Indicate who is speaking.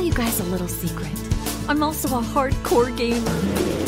Speaker 1: you guys a little secret. I'm also a hardcore gamer.